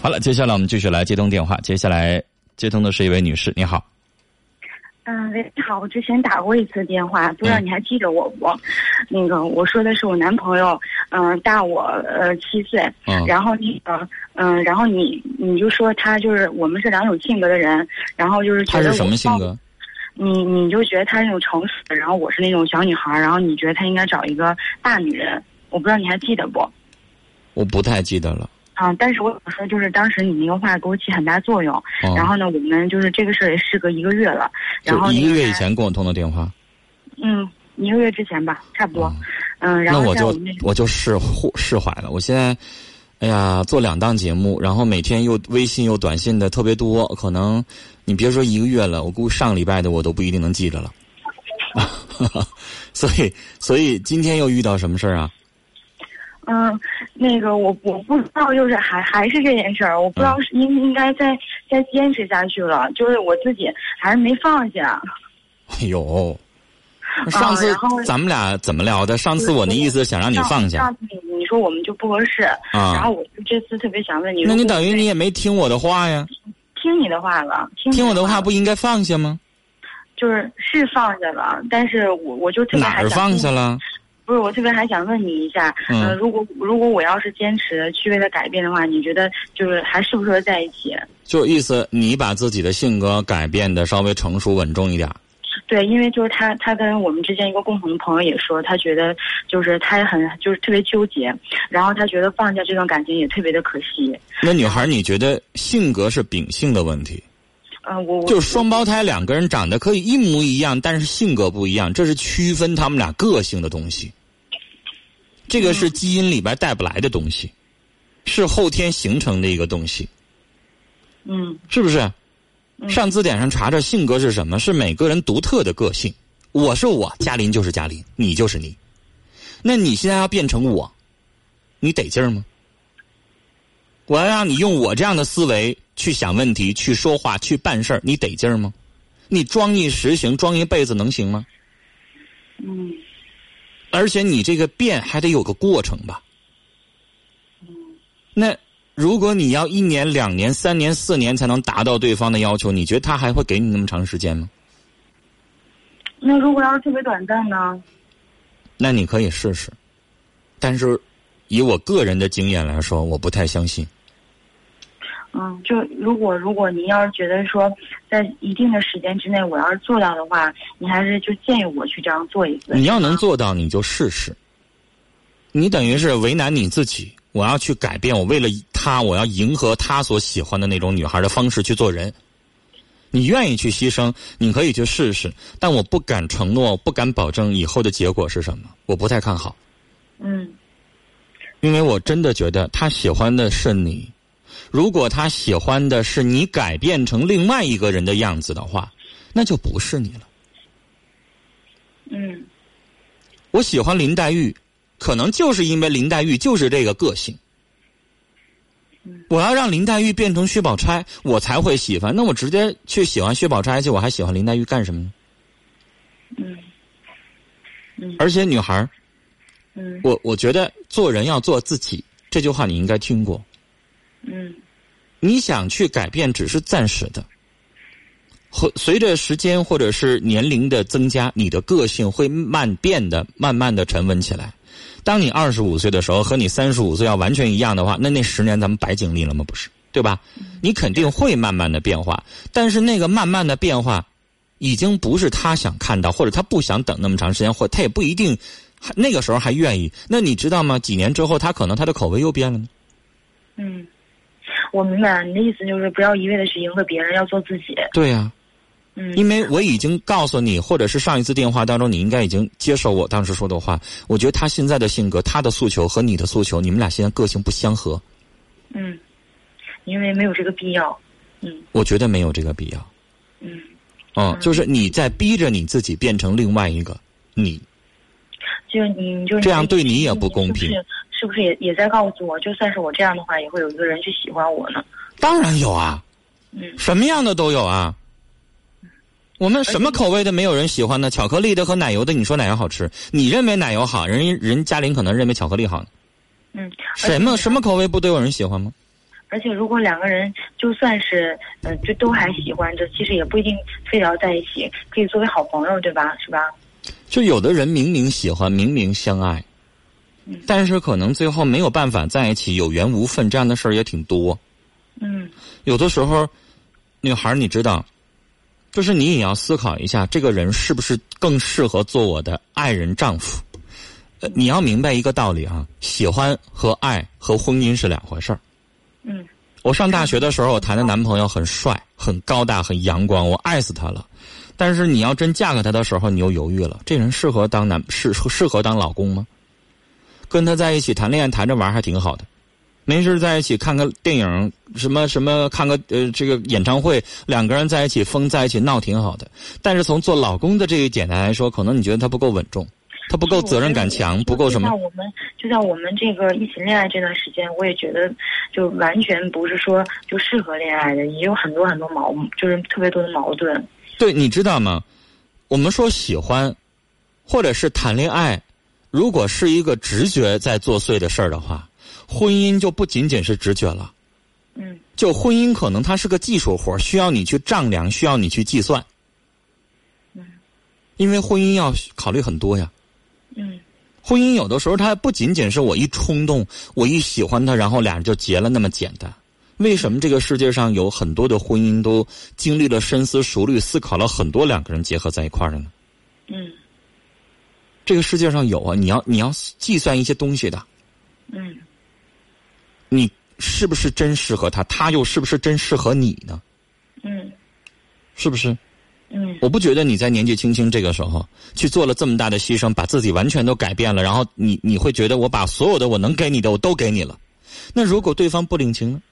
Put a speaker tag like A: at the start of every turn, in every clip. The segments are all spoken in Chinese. A: 好了，接下来我们继续来接通电话。接下来接通的是一位女士，你好。
B: 嗯，喂，你好，我之前打过一次电话，不知
A: 嗯
B: 道你还记得我不？那个我说的是我男朋友，嗯、大我呃七岁，
A: 嗯
B: 然后那个嗯、然后你你就说他就是我们是两种性格的人，然后就是觉
A: 她
B: 得
A: 是
B: 我
A: 什么性
B: 抱
A: 格？
B: 你你就觉得他是那种成熟的，然后我是那种小女孩儿，然后你觉得他应该找一个大女人，我不知道你还记得不？
A: 我不太记得了。
B: 啊，但是我想说，就是当时你那个话给我起很大作用。
A: 哦、
B: 然后呢，我们就是这个事儿也事隔一个月了，然后
A: 就一
B: 那
A: 个
B: 个
A: 月以
B: 他，
A: 前跟我通的电话。
B: 嗯，一个月之前吧，差不多。
A: 哦
B: 嗯，然
A: 那
B: 后
A: 我
B: 在
A: 就
B: 们那
A: 我就释乎释怀了。我现在，哎呀，做两档节目，然后每天又微信又短信的特别多，可能你别说一个月了，我估计上礼拜的我都不一定能记着了。 所以，所以今天又遇到什么事儿啊？
B: 嗯，那个我我不知道，就是还还是这件事儿，我不
A: 嗯
B: 知道是应应该再再坚持下去了，就是我自己还是没放下。
A: 哎呦，上次
B: 啊然后
A: 咱们俩怎么聊的？上次我那意思想让你
B: 上
A: 放下
B: 上次你你说我们就不合适，然
A: 啊
B: 后，我就这次特别想问你，
A: 那你
B: 如果
A: 等于你也没听我的话呀？
B: 听你的话了，听
A: 听我
B: 你
A: 的
B: 的
A: 话
B: 了
A: 不应该放下吗？
B: 就是是放下了，但是我我就特别
A: 哪
B: 还
A: 儿
B: 想
A: 放下了？
B: 不是，我特别还想问你一下，
A: 嗯
B: 呃，如果如果我要是坚持去为他改变的话，你觉得就是还适不适合在一起？
A: 就意思你把自己的性格改变的稍微成熟稳重一点儿。
B: 对，因为就是他，他跟我们之间一个共同的朋友也说，他觉得就是他也很就是特别纠结，然后他觉得放下这段感情也特别的可惜。
A: 那女孩，你觉得性格是秉性的问题？
B: 嗯、我我
A: 就是双胞胎两个人长得可以一模一样，但是性格不一样，这是区分他们俩个性的东西。这个是基因里边带不来的东西，是后天形成的一个东西，
B: 嗯
A: 是不是？
B: 嗯
A: 上字典上查查性格是什么，是每个人独特的个性。我是我，嘉林就是嘉林，你就是你。那你现在要变成我，你得劲儿吗？我要让你用我这样的思维去想问题、去说话、去办事儿，你得劲儿吗？你装一时行，装一辈子能行吗？
B: 嗯
A: 而且你这个变还得有个过程吧？那如果你要一年、两年、三年、四年才能达到对方的要求，你觉得他还会给你那么长时间吗？
B: 那如果要是特别短暂呢？
A: 那你可以试试，但是以我个人的经验来说，我不太相信。
B: 嗯，就如果如果您要是觉得说在一定的时间之内我要是做到的话，你还是就建议我去这样做一次。
A: 你要能做到，你就试试。你等于是为难你自己。我要去改变，我为了他，我要迎合他所喜欢的那种女孩的方式去做人。你愿意去牺牲，你可以去试试，但我不敢承诺，不敢保证以后的结果是什么，我不太看好。
B: 嗯
A: 因为我真的觉得他喜欢的是你。如果他喜欢的是你改变成另外一个人的样子的话，那就不是你了。
B: 嗯
A: 我喜欢林黛玉，可能就是因为林黛玉就是这个个性
B: 嗯。
A: 我要让林黛玉变成薛宝钗，我才会喜欢。那我直接去喜欢薛宝钗去，我还喜欢林黛玉干什么呢？
B: 嗯嗯
A: 而且女孩儿，
B: 嗯
A: 我我觉得做人要做自己，这句话你应该听过。
B: 嗯
A: 你想去改变只是暂时的，和随着时间或者是年龄的增加，你的个性会慢变的，慢慢的沉稳起来。当你二十五岁的时候和你三十五岁要完全一样的话，那那十年咱们白经历了吗？不是，对吧？你肯定会慢慢的变化，但是那个慢慢的变化，已经不是他想看到，或者他不想等那么长时间，或者他也不一定还那个时候还愿意。那你知道吗？几年之后，他可能他的口味又变了呢。
B: 嗯，我明白了你的意思，就是不要一味的去迎合别人，要做自己。
A: 对呀、
B: 嗯
A: 因为我已经告诉你，或者是上一次电话当中，你应该已经接受我当时说的话。我觉得他现在的性格、他的诉求和你的诉求，你们俩现在个性不相合，
B: 嗯，因为没有这个必要。嗯
A: 我觉得没有这个必要。
B: 嗯，
A: 嗯，就是你在逼着你自己变成另外一个你，
B: 就你你就是
A: 这样对你也不公平
B: 是不是是不是也也在告诉我，就算是我这样的话，也会有一个人去喜欢我呢？
A: 当然有啊，
B: 嗯
A: 什么样的都有啊。我们什么口味的没有人喜欢呢？巧克力的和奶油的，你说哪个好吃？你认为奶油好，人人家林可能认为巧克力好呢。
B: 嗯，而且
A: 什么什么口味不都有人喜欢吗？
B: 而且如果两个人就算是嗯、呃就都还喜欢着，其实也不一定非得要在一起，可以作为好朋友，对吧？是吧？
A: 就有的人明明喜欢，明明相爱，但是可能最后没有办法在一起，有缘无分这样的事儿也挺多。
B: 嗯
A: 有的时候，女孩儿你知道，就是你也要思考一下，这个人是不是更适合做我的爱人、丈夫？呃，你要明白一个道理啊，喜欢和爱和婚姻是两回事儿。
B: 嗯
A: 我上大学的时候，我谈的男朋友很帅、很高大、很阳光，我爱死他了。但是你要真嫁给他的时候，你又犹豫了，这人适合当男适适合当老公吗？跟他在一起谈恋爱谈着玩儿还挺好的，没事儿在一起看个电影，什么什么看个呃这个演唱会，两个人在一起疯在一起闹挺好的。但是从做老公的这一点来说，可能你觉得他不够稳重，他不够责任感强，不够什么
B: 就像我们，就像我们这个一起恋爱这段时间，我也觉得就完全不是说就适合恋爱的，也有很多很多矛，就是特别多的矛盾。
A: 对，你知道吗？我们说喜欢，或者是谈恋爱，如果是一个直觉在作祟的事儿的话，婚姻就不仅仅是直觉了。
B: 嗯
A: 就婚姻可能它是个技术活儿，需要你去丈量，需要你去计算。因为婚姻要考虑很多呀。
B: 嗯
A: 婚姻有的时候它不仅仅是我一冲动，我一喜欢他，然后俩人就结了那么简单。为什么这个世界上有很多的婚姻都经历了深思熟虑，思考了很多两个人结合在一块儿的呢？
B: 嗯
A: 这个世界上有啊，你要你要计算一些东西的，
B: 嗯
A: 你是不是真适合他，他又是不是真适合你呢？
B: 嗯
A: 是不是？
B: 嗯
A: 我不觉得你在年纪轻轻这个时候去做了这么大的牺牲，把自己完全都改变了，然后你你会觉得我把所有的我能给你的我都给你了，那如果对方不领情呢？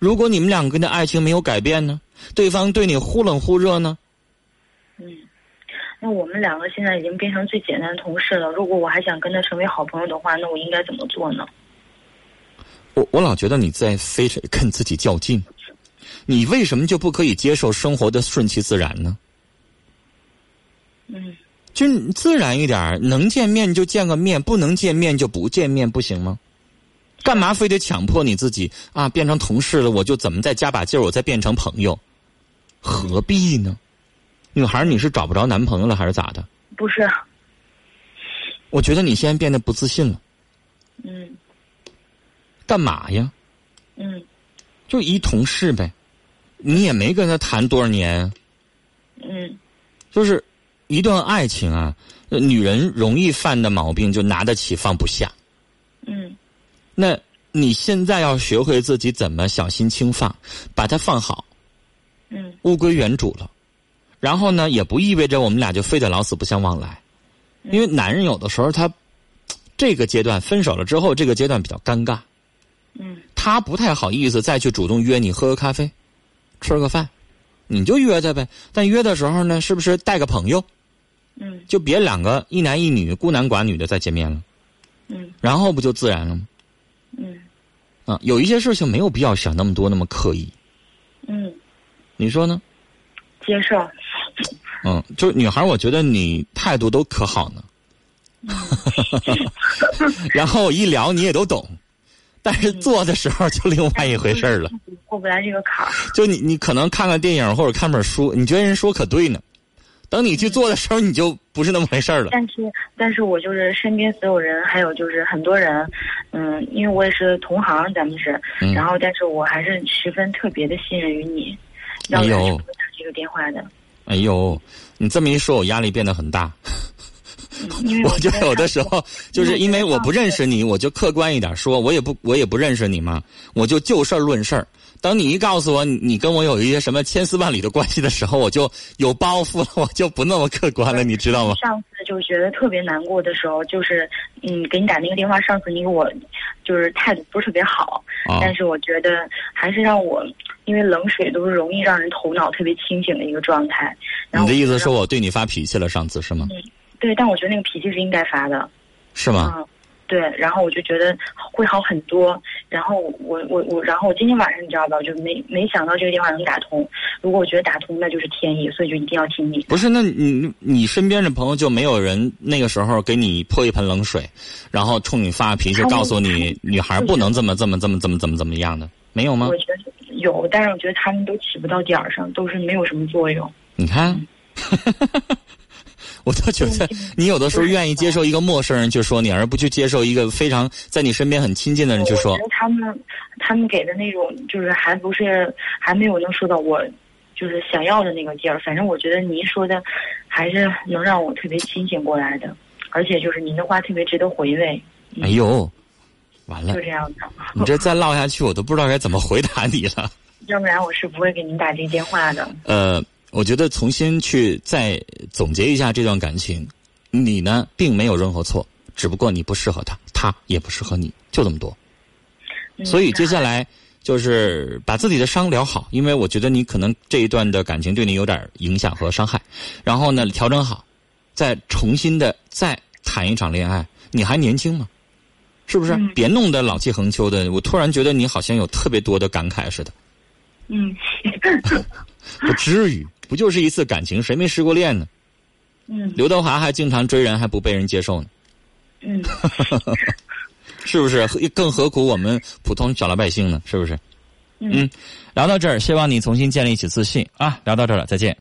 A: 如果你们两个人的爱情没有改变呢？对方对你忽冷忽热呢？
B: 嗯。那我们两个现在已经变成最简单的同事了。如果我还想跟他成为好朋友的话，那我应该怎么做呢？
A: 我我老觉得你在非得跟自己较劲，你为什么就不可以接受生活的顺其自然呢？
B: 嗯
A: 就你自然一点儿，能见面就见个面，不能见面就不见面，不行吗？干嘛非得强迫你自己啊？变成同事了，我就怎么再加把劲儿，我再变成朋友，何必呢？女孩儿，你是找不着男朋友了还是咋的？
B: 不是。
A: 我觉得你现在变得不自信了，
B: 嗯
A: 干嘛呀？
B: 嗯
A: 就一同事呗，你也没跟他谈多少年，
B: 嗯
A: 就是一段爱情啊，呃女人容易犯的毛病就拿得起放不下。
B: 嗯
A: 那你现在要学会自己怎么小心轻放，把它放好，
B: 嗯
A: 物归原主了。然后呢，也不意味着我们俩就非得老死不相往来，因为男人有的时候他这个阶段分手了之后，这个阶段比较尴尬，
B: 嗯
A: 他不太好意思再去主动约你喝个咖啡，吃个饭，你就约他呗。但约的时候呢，是不是带个朋友，
B: 嗯
A: 就别两个一男一女孤男寡女的再见面了，
B: 嗯
A: 然后不就自然了吗？
B: 嗯
A: 啊，有一些事情没有必要想那么多，那么刻意，
B: 嗯，
A: 你说呢？
B: 接受。
A: 嗯，就是女孩儿，我觉得你态度都可好呢。然后我一聊你也都懂，但是做的时候就另外一回事儿了。
B: 过不来这个坎儿。
A: 就你你可能看看电影或者看本书，你觉得人说可对呢，等你去做的时候你就不是那么回事儿了。
B: 但是，但是我就是身边所有人，还有就是很多人，嗯，因为我也是同行，咱们是，
A: 嗯
B: 然后，但是我还是十分特别的信任于你，要
A: 哎
B: 不
A: 呦
B: 然是不会打这个电话的，
A: 哎呦，你这么一说，我压力变得很大。
B: 嗯因 为
A: 我就
B: 觉得
A: 有的时候就是因为我不认识你，我就客观一点说，我也不我也不认识你嘛，我就就事儿论事儿。等你一告诉我你你跟我有一些什么千丝万缕的关系的时候，我就有包袱了，我就不那么客观了，你知道吗？
B: 上次就觉得特别难过的时候，就是嗯，给你打那个电话，上次你给我就是态度不是特别好，
A: 啊，
B: 但是我觉得还是让我，因为冷水都是容易让人头脑特别清醒的一个状态。然
A: 你
B: 后
A: 的
B: 我
A: 意思
B: 觉得
A: 说我对你发脾气了，上次是吗？
B: 对，但我觉得那个脾气是应该发的。
A: 是吗？
B: 嗯，对，然后我就觉得会好很多。然后我我我，然后我今天晚上你知道吧，我就没没想到这个电话能打通。如果我觉得打通，那就是天意，所以就一定要听你。
A: 不是，那你你身边的朋友就没有人那个时候给你泼一盆冷水，然后冲你发脾气，
B: 他们
A: 告诉你女孩不能这么这么这么这么怎么怎么样的？没有吗
B: 我？觉得有，但是我觉得他们都起不到点儿上，都是没有什么作用。
A: 你看， 我都觉得你有的时候愿意接受一个陌生人去说你，而不去接受一个非常在你身边很亲近的人去
B: 我
A: 说
B: 觉。得他们他们给的那种，就是还不是还没有能说到我就是想要的那个劲儿。反正我觉得您说的还是能让我特别清醒过来的，而且就是您的话特别值得回味，嗯
A: 哎呦，完了
B: 就，这样的。
A: 你这再唠下去，我都不知道该怎么回答你了。
B: 要不然我是不会给您打这个电话的。
A: 呃，我觉得重新去再总结一下这段感情，你呢并没有任何错，只不过你不适合他，他也不适合你，就这么多。
B: 嗯
A: 所以接下来就是把自己的伤疗好，因为我觉得你可能这一段的感情对你有点影响和伤害，然后呢调整好，再重新的再谈一场恋爱。你还年轻嘛，是不是？
B: 嗯
A: 别弄得老气横秋的。我突然觉得你好像有特别多的感慨似的，
B: 嗯
A: 不至于。不就是一次感情，谁没失过恋呢？
B: 嗯
A: 刘德华还经常追人，还不被人接受呢，
B: 嗯，
A: 是不是？更何苦我们普通小老百姓呢？是不是？
B: 嗯
A: 聊到这儿，希望你重新建立起自信啊！聊到这儿了，再见。